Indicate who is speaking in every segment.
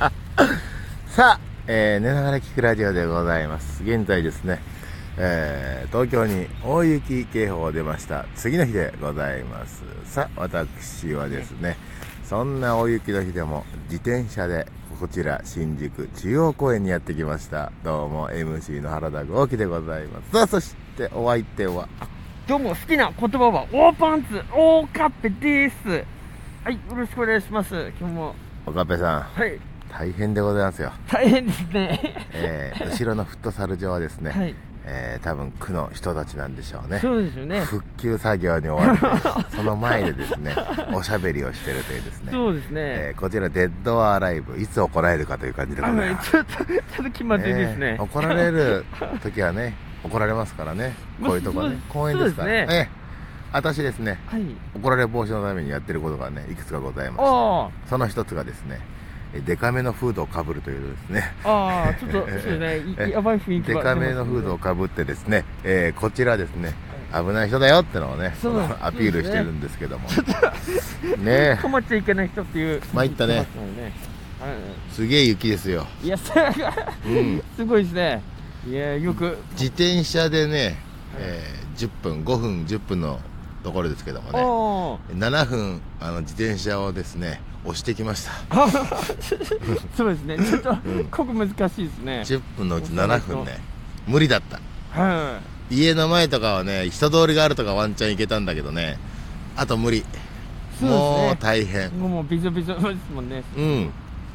Speaker 1: さあ、えー、寝ながら聞くラジオでございます。現在ですね、えー、東京に大雪警報が出ました。次の日でございます。さあ、私はですね、そんな大雪の日でも自転車でこちら新宿中央公園にやってきました。どうも MC の原田豪樹でございます。さあ、そしてお相手は、
Speaker 2: どうも好きな言葉はオーパンツオーカッペですはいよろしくお願いします今日も
Speaker 1: 岡部さん、
Speaker 2: はい
Speaker 1: 大変でございますよ。
Speaker 2: 大変ですね
Speaker 1: えー、後ろのフットサル場はですね、
Speaker 2: はい
Speaker 1: えー、多分区の人たちなんでしょうね。
Speaker 2: そうですよね
Speaker 1: 復旧作業に追われて、 その前でですね、おしゃべりをしてるというですね、
Speaker 2: そうです
Speaker 1: え
Speaker 2: ね、
Speaker 1: ーこちらデッドアライブ、いつ怒られるかという感じでご
Speaker 2: あ
Speaker 1: ざい
Speaker 2: の
Speaker 1: ます。
Speaker 2: ちょっとちょっと気まずいですね
Speaker 1: え、ー怒られる時はね、怒られますからね、こういうとこね、
Speaker 2: ま
Speaker 1: 公
Speaker 2: あそう
Speaker 1: 園ですから。
Speaker 2: そうです
Speaker 1: えー私ですね、
Speaker 2: はい
Speaker 1: 怒られ防止のためにやってることがね、いくつかございまし
Speaker 2: あ
Speaker 1: て、その一つがですね、えーデカめのフードをかぶるというですね、
Speaker 2: あああちょっとそうですねいやばい雰囲気
Speaker 1: デ
Speaker 2: は
Speaker 1: カめのフードをかぶってですね、えーこちらですね、危ない人だよってのをね、
Speaker 2: そう
Speaker 1: この
Speaker 2: そうですね
Speaker 1: アピールしてるんですけども。ねえ、
Speaker 2: 困っちゃいけない人っていう
Speaker 1: 参ったね
Speaker 2: そうですねは
Speaker 1: すげえ雪ですよ。
Speaker 2: いいやそれが
Speaker 1: うん。
Speaker 2: すごいですねいやよく
Speaker 1: 自転車でね、えー10分、5分、10分のところですけども
Speaker 2: あ
Speaker 1: ね、
Speaker 2: あ
Speaker 1: 7分、あの、自転車をですね、押してきました。
Speaker 2: そうですねちょっとここ難しいですね
Speaker 1: 10分のうち7分ね、無理だった。
Speaker 2: はい
Speaker 1: 家の前とかはね、人通りがあるとかワンチャン行けたんだけどね、あと無理。
Speaker 2: そうですね
Speaker 1: もう大変。
Speaker 2: もうもうビジョビジョですもんね。
Speaker 1: うん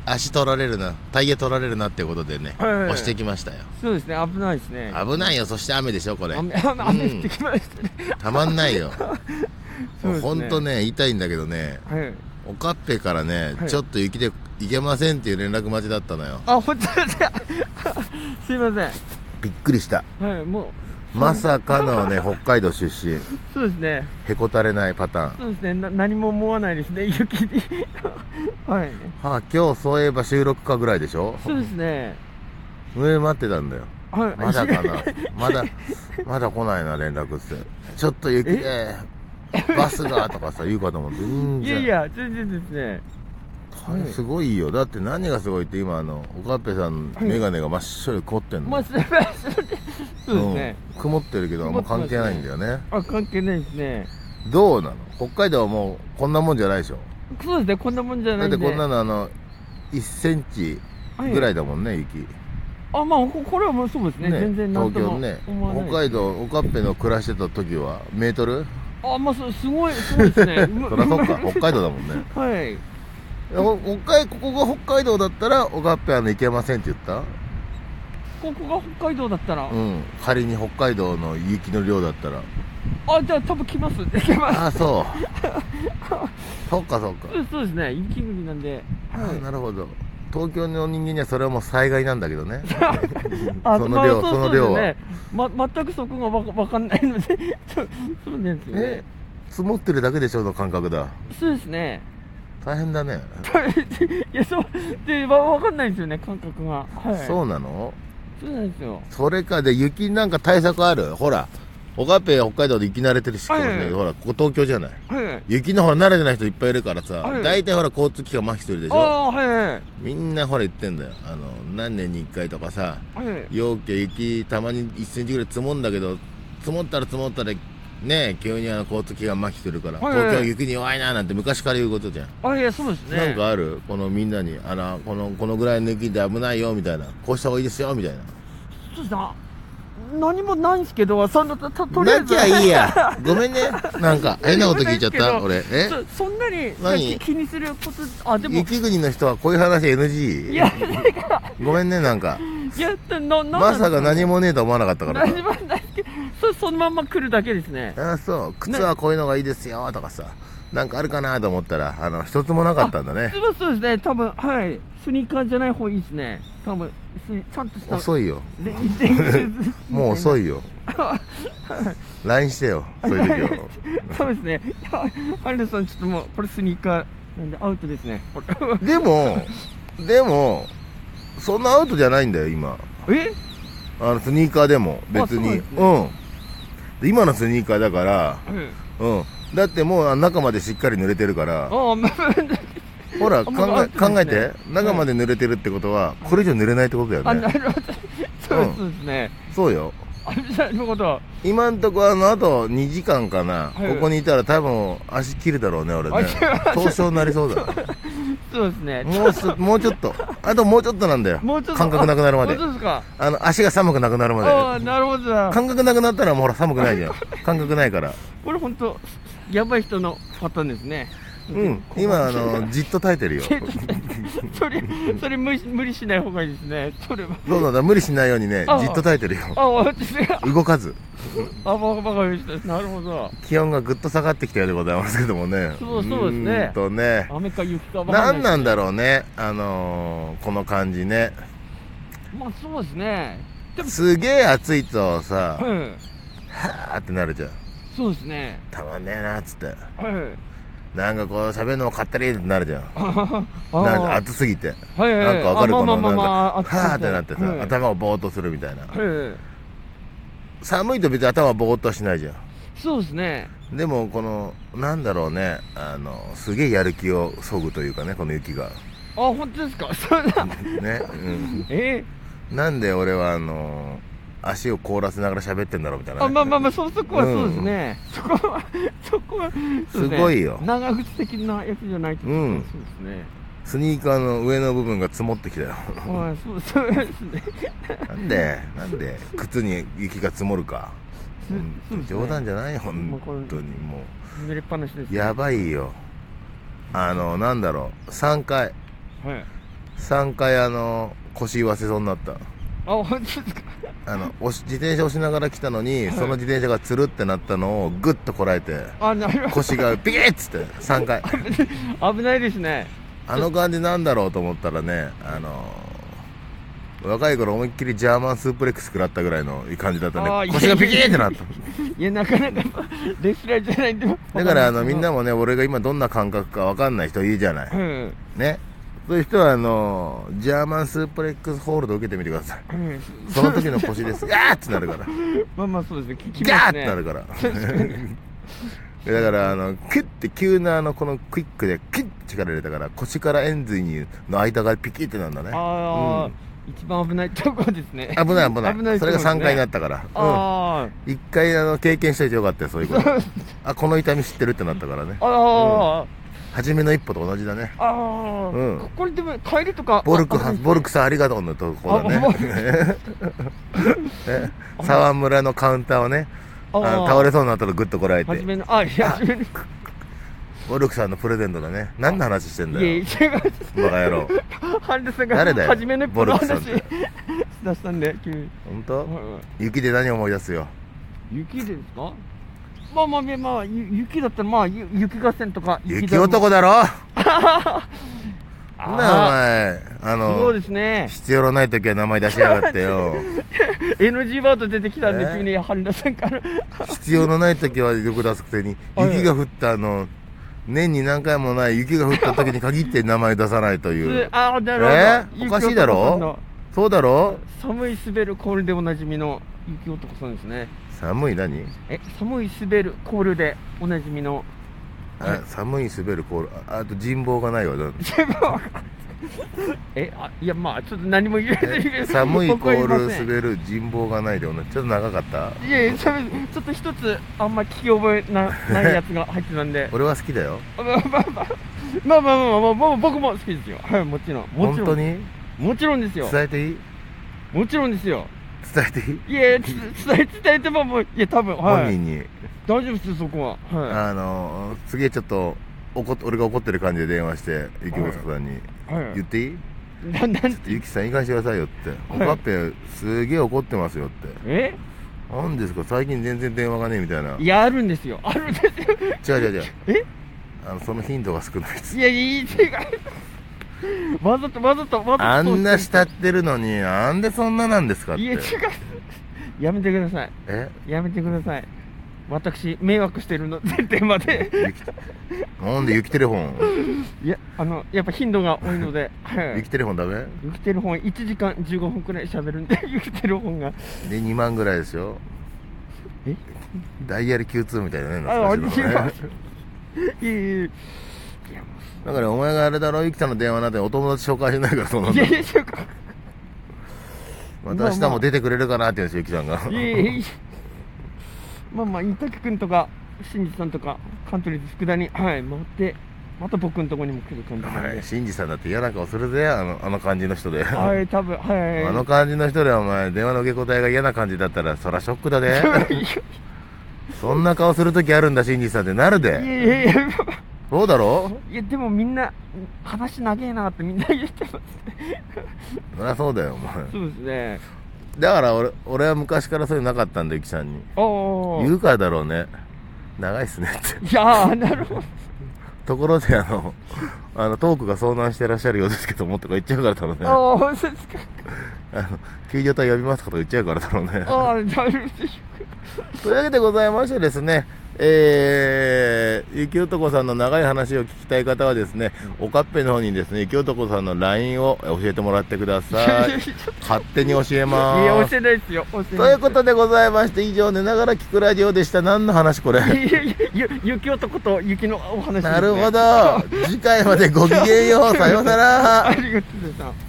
Speaker 1: 足取られるなタイヤ取られるなってことでね、
Speaker 2: はいはいはい
Speaker 1: 押してきましたよ
Speaker 2: そうですね、危ないですね。
Speaker 1: 危ないよそして雨でしょこれ
Speaker 2: 雨、雨、雨降ってきましたね。
Speaker 1: たまん ないよ
Speaker 2: そうですね
Speaker 1: もうほんとね言いたいんだけどね
Speaker 2: はい。
Speaker 1: おかっぺからね、
Speaker 2: はい
Speaker 1: ちょっと雪で行けませんっていう連絡待ちだったのよ
Speaker 2: あ、本当だ。 すいま
Speaker 1: びっくりした
Speaker 2: せん。はい、もう、
Speaker 1: まさかの ね北海道出身
Speaker 2: そうですね。
Speaker 1: へこたれないパターン
Speaker 2: そうですね、な何も思わないですね、雪に。 はい。
Speaker 1: はあ今日そういえば収録かぐらいでしょ
Speaker 2: そうですね。
Speaker 1: 上待ってたんだよ
Speaker 2: はい。
Speaker 1: まだかなまだまだ来ないな連絡ってちょっと雪でバスがとかさ言うかと思って全
Speaker 2: い
Speaker 1: 然
Speaker 2: やいや、全然ですね。はい
Speaker 1: すごいよだって何がすごいって今あのおかっぺさん
Speaker 2: はい
Speaker 1: 眼鏡が真っ白に凍ってんの、
Speaker 2: まあ、すいません。そうですね。
Speaker 1: うん曇ってるけどもう関係ないんだよね
Speaker 2: あ、関係ないですね。
Speaker 1: どうなの北海道はもうこんなもんじゃないでしょ
Speaker 2: そうですね、こんなもんじゃ
Speaker 1: だ
Speaker 2: ない
Speaker 1: っ
Speaker 2: ん
Speaker 1: て
Speaker 2: で。
Speaker 1: こんなのあの1センチ
Speaker 2: はい
Speaker 1: ぐらいだもんね、雪
Speaker 2: あ、まあ、ここれはもうそうですね、全然なん
Speaker 1: 東
Speaker 2: と
Speaker 1: 京
Speaker 2: も
Speaker 1: ね
Speaker 2: 思わない。
Speaker 1: 北海道おかっぺの暮らしてた時はメートル
Speaker 2: あ、まあ、そうすごい、すごい ですね。うま
Speaker 1: そりゃそっか北海道だもんね
Speaker 2: はい。
Speaker 1: お北海ここが北海道だったらおかっぺあの行けませんって言った
Speaker 2: ここが北海道だったら、
Speaker 1: うん仮に北海道の雪の量だったら
Speaker 2: あ、じゃあ多分来ます。 来ます。
Speaker 1: ああそう そっかそっか、
Speaker 2: そうそうですね、雪国なんで。
Speaker 1: あーなるほど東京の人間にはそれはもう災害なんだけどね
Speaker 2: あ
Speaker 1: その量
Speaker 2: まあ
Speaker 1: その量は
Speaker 2: うですね、ま、全くそこがわかわかんないので、 そうそうなんですよ
Speaker 1: え
Speaker 2: ね。
Speaker 1: 積もってるだけでしょの感覚だ
Speaker 2: そうですね。
Speaker 1: 大変だね、
Speaker 2: いや、そう、で、わわかんないんですよね、感覚が。はい。。
Speaker 1: そううなの
Speaker 2: そうなんですよ。
Speaker 1: それかで雪なんか対策あるほらオカペ北海道で雪慣れてるし、
Speaker 2: はい
Speaker 1: ほらここ東京じゃない
Speaker 2: はい。
Speaker 1: 雪のほら慣れてない人いっぱいいるからさ、
Speaker 2: はい
Speaker 1: 大体ほら交通機関麻痺するでし
Speaker 2: あ
Speaker 1: ょ
Speaker 2: あ、はいはい。
Speaker 1: みんなほら言ってんだよあの何年に1回とかさ
Speaker 2: はい。
Speaker 1: 陽気雪たまに1センチぐらい積もんだけど積もったら積もったらね急にあの交通機関麻痺するから、
Speaker 2: はいはい
Speaker 1: 東京は雪に弱いななんて昔から言うことじゃん、
Speaker 2: あ、いや、そうですね。
Speaker 1: なんかあるこのみんなにあらこのこのぐらいの雪で危ないよみたいなこうした方がいいですよみたいな
Speaker 2: そうですね。あ何もないんですけど、そんな、とととりあえ
Speaker 1: な
Speaker 2: ず。
Speaker 1: きゃいいやごめんねなん か変なこと聞いちゃった
Speaker 2: ごめ
Speaker 1: 俺え
Speaker 2: そそんなに
Speaker 1: 何
Speaker 2: 気にすることあでも
Speaker 1: 雪国の人はこういう話 NG
Speaker 2: いや
Speaker 1: ごめんねなんか
Speaker 2: いやなななん
Speaker 1: まさか何もねえと思わなかったから
Speaker 2: 何もないけどそそのまんま来るだけですね
Speaker 1: あそう靴はこういうのがいいですよとかさなんかあるかなと思ったらあの一つもなかったんだね
Speaker 2: すごいそうですね多分はいスニーカーじゃない方いいですね多分スニちゃんとした
Speaker 1: 遅いよ
Speaker 2: で練習ずつ
Speaker 1: もう遅いよ
Speaker 2: は
Speaker 1: LINE してよそういう時は
Speaker 2: そうですねいやアンナさんちょっともうこれスニーカーなんでアウトですねこれ
Speaker 1: でもでもそんなアウトじゃないんだよ今
Speaker 2: え
Speaker 1: あのスニーカーでも別に
Speaker 2: あそうですね
Speaker 1: うんで今のスニーカーだから
Speaker 2: うん
Speaker 1: うんだってもう中までしっかり濡れてるから
Speaker 2: ああまあ
Speaker 1: ほら、考
Speaker 2: 僕合
Speaker 1: え、
Speaker 2: ってま
Speaker 1: 考
Speaker 2: すね
Speaker 1: えて、中まで濡れてるってことは、これ以上濡れないってことだ
Speaker 2: あ
Speaker 1: よ
Speaker 2: な
Speaker 1: ね。
Speaker 2: るほどそうそうですね、
Speaker 1: そうよ。
Speaker 2: あなるほど
Speaker 1: 今んとこあの、あと2時間かな。
Speaker 2: はい
Speaker 1: ここにいたら多分足切るだろうね、俺ね
Speaker 2: 足切る。
Speaker 1: 凍傷になりそう だ。
Speaker 2: そうですね
Speaker 1: もうす、もうちょっと。あともうちょっとなんだよ。
Speaker 2: もうちょっと
Speaker 1: 感覚なくなるまで
Speaker 2: あ。本当ですか
Speaker 1: あの、足が寒くなくなるまで。
Speaker 2: ああなるほどだ
Speaker 1: 感覚なくなったらもうほら寒くないじゃん。感覚ない から。
Speaker 2: これ本当やばい人のパターンですね
Speaker 1: うん。今、あの、じっと耐えてるよ。
Speaker 2: それそれ無理無理しない方がいいですねそれは
Speaker 1: そうなんだ、無理しないようにね
Speaker 2: あ、あ
Speaker 1: じっと耐えてるよ。
Speaker 2: あ私が
Speaker 1: 動かず。
Speaker 2: あバカバカ言う人なるほど
Speaker 1: 気温がぐっと下がってきたようでございますけどもね。
Speaker 2: そうそうですね
Speaker 1: ーんとね。
Speaker 2: 雨か雪かわかんない
Speaker 1: 何なんだろうね。あのー、この感じね。
Speaker 2: まあそうですね
Speaker 1: すげえ暑いとさ、
Speaker 2: は
Speaker 1: は
Speaker 2: い
Speaker 1: ーってなるじゃん。
Speaker 2: そうですね
Speaker 1: たまんねえな、つって。
Speaker 2: はい
Speaker 1: なんかこう、喋るのを買ったりってなるじゃん。
Speaker 2: あ
Speaker 1: なん
Speaker 2: ー
Speaker 1: か暑すぎて。
Speaker 2: はいはいは
Speaker 1: ないんかわかる
Speaker 2: あ
Speaker 1: こ
Speaker 2: まあ
Speaker 1: の、
Speaker 2: ま
Speaker 1: な
Speaker 2: あ
Speaker 1: んか、
Speaker 2: まあ
Speaker 1: は
Speaker 2: まあ
Speaker 1: ーってなって
Speaker 2: はい
Speaker 1: さ、頭がぼーっとするみたいな。
Speaker 2: はい
Speaker 1: 寒いと別に頭ぼーっとはしないじゃ
Speaker 2: そうですね
Speaker 1: ん。でも、この、なんだろうね、あの、すげえやる気をそぐというかね、この雪が。
Speaker 2: あ本当ですか そんな
Speaker 1: ね。うん。
Speaker 2: え
Speaker 1: なんで俺は、あの、足を凍らせながら喋ってんだろうみたいなね、
Speaker 2: あまあまあまあそそこはそうですね、そこはそこはそうです
Speaker 1: ごいよ
Speaker 2: 長靴的なやつじゃないと
Speaker 1: うん
Speaker 2: そうですね
Speaker 1: スニーカーの上の部分が積もってきたよ。
Speaker 2: はいそうそうですね
Speaker 1: なんで、なんで、靴に雪が積もるか。うん
Speaker 2: そうですね
Speaker 1: 冗談じゃないよ、
Speaker 2: まあこれ
Speaker 1: 本当に。も
Speaker 2: 濡れっぱなしです、
Speaker 1: う、
Speaker 2: ね、
Speaker 1: やばいよ。あの、なんだろう、3回、
Speaker 2: はい
Speaker 1: 3回あの、腰言わせそうになった。
Speaker 2: あ本当ですか
Speaker 1: あの、押し自転車押しながら来たのに、その自転車がつるってなったのをぐっとこらえて、
Speaker 2: あなるほ
Speaker 1: 腰がビキッつって、3回。
Speaker 2: ど危ないですね
Speaker 1: あの感じなんだろうと思ったらね、あの若い頃思いっきりジャーマンスープレックス食らったぐらいの感じだった
Speaker 2: あ
Speaker 1: ね。
Speaker 2: ー
Speaker 1: 腰がビキーってなった。
Speaker 2: いやなかなかレスラーじゃないんで
Speaker 1: だからあのみんな
Speaker 2: も
Speaker 1: もね、俺が今どんな感覚かわかんない人いるじゃな
Speaker 2: う
Speaker 1: い。
Speaker 2: ん
Speaker 1: ね。そういう人はあの、ジャーマンスープレックスホールド受けてみてくだ さい。
Speaker 2: うん
Speaker 1: その時の腰です。ガーってなる から。
Speaker 2: まあまあそうですね聞き
Speaker 1: ガー
Speaker 2: ま
Speaker 1: っ
Speaker 2: す
Speaker 1: て
Speaker 2: ね
Speaker 1: なるから。 だからあの、キュッて急なあの、このクイックでキュッて力入れたから、腰から円髄にの間がピキーってなるんだね。
Speaker 2: ああ、
Speaker 1: うん
Speaker 2: 一番危ないとこですね
Speaker 1: 危ない危ない。
Speaker 2: 危ない
Speaker 1: それが3回にな
Speaker 2: っ
Speaker 1: ったから。
Speaker 2: あ
Speaker 1: うん。一回、あの、経験しといてよかったよ、そういうこと
Speaker 2: そう。
Speaker 1: あ、この痛み知ってるってなったからね
Speaker 2: あ。あ
Speaker 1: 初めの一歩と同じだね。
Speaker 2: ああ
Speaker 1: うん
Speaker 2: あこれでも帰りとか
Speaker 1: ボルクは、ボル
Speaker 2: ク
Speaker 1: クさんありがとうのとこだ
Speaker 2: あボルク
Speaker 1: ね。ね沢村のカウンターをね、あの倒れそうになったらグッとこらえ
Speaker 2: 初
Speaker 1: て、
Speaker 2: めのあいや初めのい
Speaker 1: ボルクさんのプレゼントだね。何の話してんだ
Speaker 2: や違い
Speaker 1: よ
Speaker 2: ま。す
Speaker 1: バカ野 郎。
Speaker 2: ハンデさんが
Speaker 1: 誰だよ
Speaker 2: 初めの一歩の話
Speaker 1: ボルクさんっ
Speaker 2: しだしたんで急に
Speaker 1: 本
Speaker 2: はい
Speaker 1: 当
Speaker 2: はい
Speaker 1: 雪で何思い出すよ。
Speaker 2: 雪でですかまあまあまあ、まあ、ゆ雪だったらまあゆ雪合戦とか
Speaker 1: 雪
Speaker 2: だるま
Speaker 1: 男だ ろ
Speaker 2: あ
Speaker 1: なん
Speaker 2: あ
Speaker 1: だよお前、あ
Speaker 2: そ
Speaker 1: の
Speaker 2: うで、すね
Speaker 1: 必要のない時は名前出しやがって よ。
Speaker 2: NG ワード出てきたんで
Speaker 1: ね
Speaker 2: 急にハンダさんから
Speaker 1: 必要のない時は力出すくせに
Speaker 2: はいはい
Speaker 1: 雪が降ったあの年に何回もない雪が降った時に限って名前出さないという
Speaker 2: ああなるほど、
Speaker 1: えーおかしいだろ
Speaker 2: 雪男さんの
Speaker 1: そうだろ
Speaker 2: 寒い滑る氷でおなじみの雪男さんですね
Speaker 1: 寒い何
Speaker 2: え寒い滑る氷でおなじみの
Speaker 1: あ寒い滑るコールああと人望が ないわだ
Speaker 2: えあいやまあちょっと何も言えないで す
Speaker 1: 寒いコ
Speaker 2: 僕は言
Speaker 1: ー
Speaker 2: いま
Speaker 1: ル
Speaker 2: せん
Speaker 1: 滑る人望がないでおなちょっと長かった。
Speaker 2: いやいや、ちょっと一つ、あんま聞き覚えなないやつが入ってたんで
Speaker 1: 俺は好きだよ
Speaker 2: まあまあまあ、まあまあまあまあ、僕も好きですよ。はい、もちろん。も
Speaker 1: 本
Speaker 2: ちろん。
Speaker 1: 当に
Speaker 2: もちろんですよ
Speaker 1: 伝。えていい
Speaker 2: もちろんですよ。
Speaker 1: 伝えていい
Speaker 2: いや、つ伝え、伝えてももう、いや、多分、は
Speaker 1: 本
Speaker 2: い。
Speaker 1: 人に
Speaker 2: 大丈夫ですよ、そこは。は
Speaker 1: あのすげえちょっと怒っ俺が怒ってる感じで電話して雪本さんに
Speaker 2: い。はい
Speaker 1: 言っていい
Speaker 2: な、なん、
Speaker 1: ゆきさん、いい加減してくださいよって。お
Speaker 2: はい
Speaker 1: かっぺ、すげえ怒ってますよって。
Speaker 2: え
Speaker 1: なんですか、最近全然電話がねえみたいな。
Speaker 2: いや、あるんですよ。あるんですよ。
Speaker 1: 違う違う違う。
Speaker 2: え
Speaker 1: あの、その頻度が少ないです。
Speaker 2: いや、いい、違う。わざと、わざと、わざと。
Speaker 1: あんな慕ってるのに、なんでそんななんですかっ
Speaker 2: いや、違う
Speaker 1: て。。
Speaker 2: やめてください。
Speaker 1: え
Speaker 2: やめてください。私、迷惑してるの、 前提まで。
Speaker 1: ゆき、なんでゆきテレフ ォン
Speaker 2: いや、あの、やっぱ頻度が多いので、はい
Speaker 1: ゆきテレフォンダメ
Speaker 2: ゆきてる本1時間15分くらい喋るんで、 ゆきてる本が。
Speaker 1: で、2万ぐらいですよ。
Speaker 2: え
Speaker 1: ダイヤル Q2 みたいなね。
Speaker 2: あ、
Speaker 1: 懐かしいのね
Speaker 2: いいいいいや、も
Speaker 1: だからお前があれだろ、ゆきさんの電話なんてお友達紹介しないからそうな
Speaker 2: う。
Speaker 1: ん
Speaker 2: い
Speaker 1: だ
Speaker 2: やいや、ちょっと
Speaker 1: また明日も出てくれるかなって言うんですよ、ゆきさんが。
Speaker 2: いやいやいやまあまあ、インタキ君とか、新次さんとか、カントリーズ福田に、はい、回って、また僕のとこにも来る感じなん
Speaker 1: はい、
Speaker 2: で。
Speaker 1: 新次さんだって嫌な顔するぜ、あのあの感じの人で。
Speaker 2: は
Speaker 1: あ
Speaker 2: い、多分はい。
Speaker 1: の感じの人でお前、電話の受け答えが嫌な感じだったら、そらショックだ で。そんな顔するときあるんだ、新次さんってなる
Speaker 2: い
Speaker 1: で。
Speaker 2: やいやいや、
Speaker 1: そうだろ
Speaker 2: いや、でもみんな、話長えなってみんな言ってます。
Speaker 1: そりゃそうだよ、お前。
Speaker 2: そうですね。
Speaker 1: だから俺、俺は昔からそういうのなかったんだよ、ゆきさんに。
Speaker 2: お
Speaker 1: 言
Speaker 2: ー。
Speaker 1: うからだろうね。長いっすねって。
Speaker 2: いやー、なるほど。
Speaker 1: ところで、あの、あの、トークが遭難してらっしゃるようですけども、とか言っちゃうからだろうね。
Speaker 2: おー、そうですか。
Speaker 1: あの、救助隊呼びますかとか言っちゃうからだろうね。
Speaker 2: あー、なるほど。
Speaker 1: というわけでございましてですね、えー、雪男さんの長い話を聞きたい方はですね、おかっぺの方にですね、雪男さんの LINE を教えてもらってくださ
Speaker 2: いや
Speaker 1: い
Speaker 2: いや。
Speaker 1: 勝手に教えま
Speaker 2: いや、
Speaker 1: す。
Speaker 2: 教えないですよ。教えないです
Speaker 1: ということでございまして、以上、寝ながら聞くラジオでした。何の話これ。
Speaker 2: いやいや、ゆ雪男と雪のお話ですね、
Speaker 1: なるほど。次回までごきげんよう。さようなら
Speaker 2: あ。りがとうございました。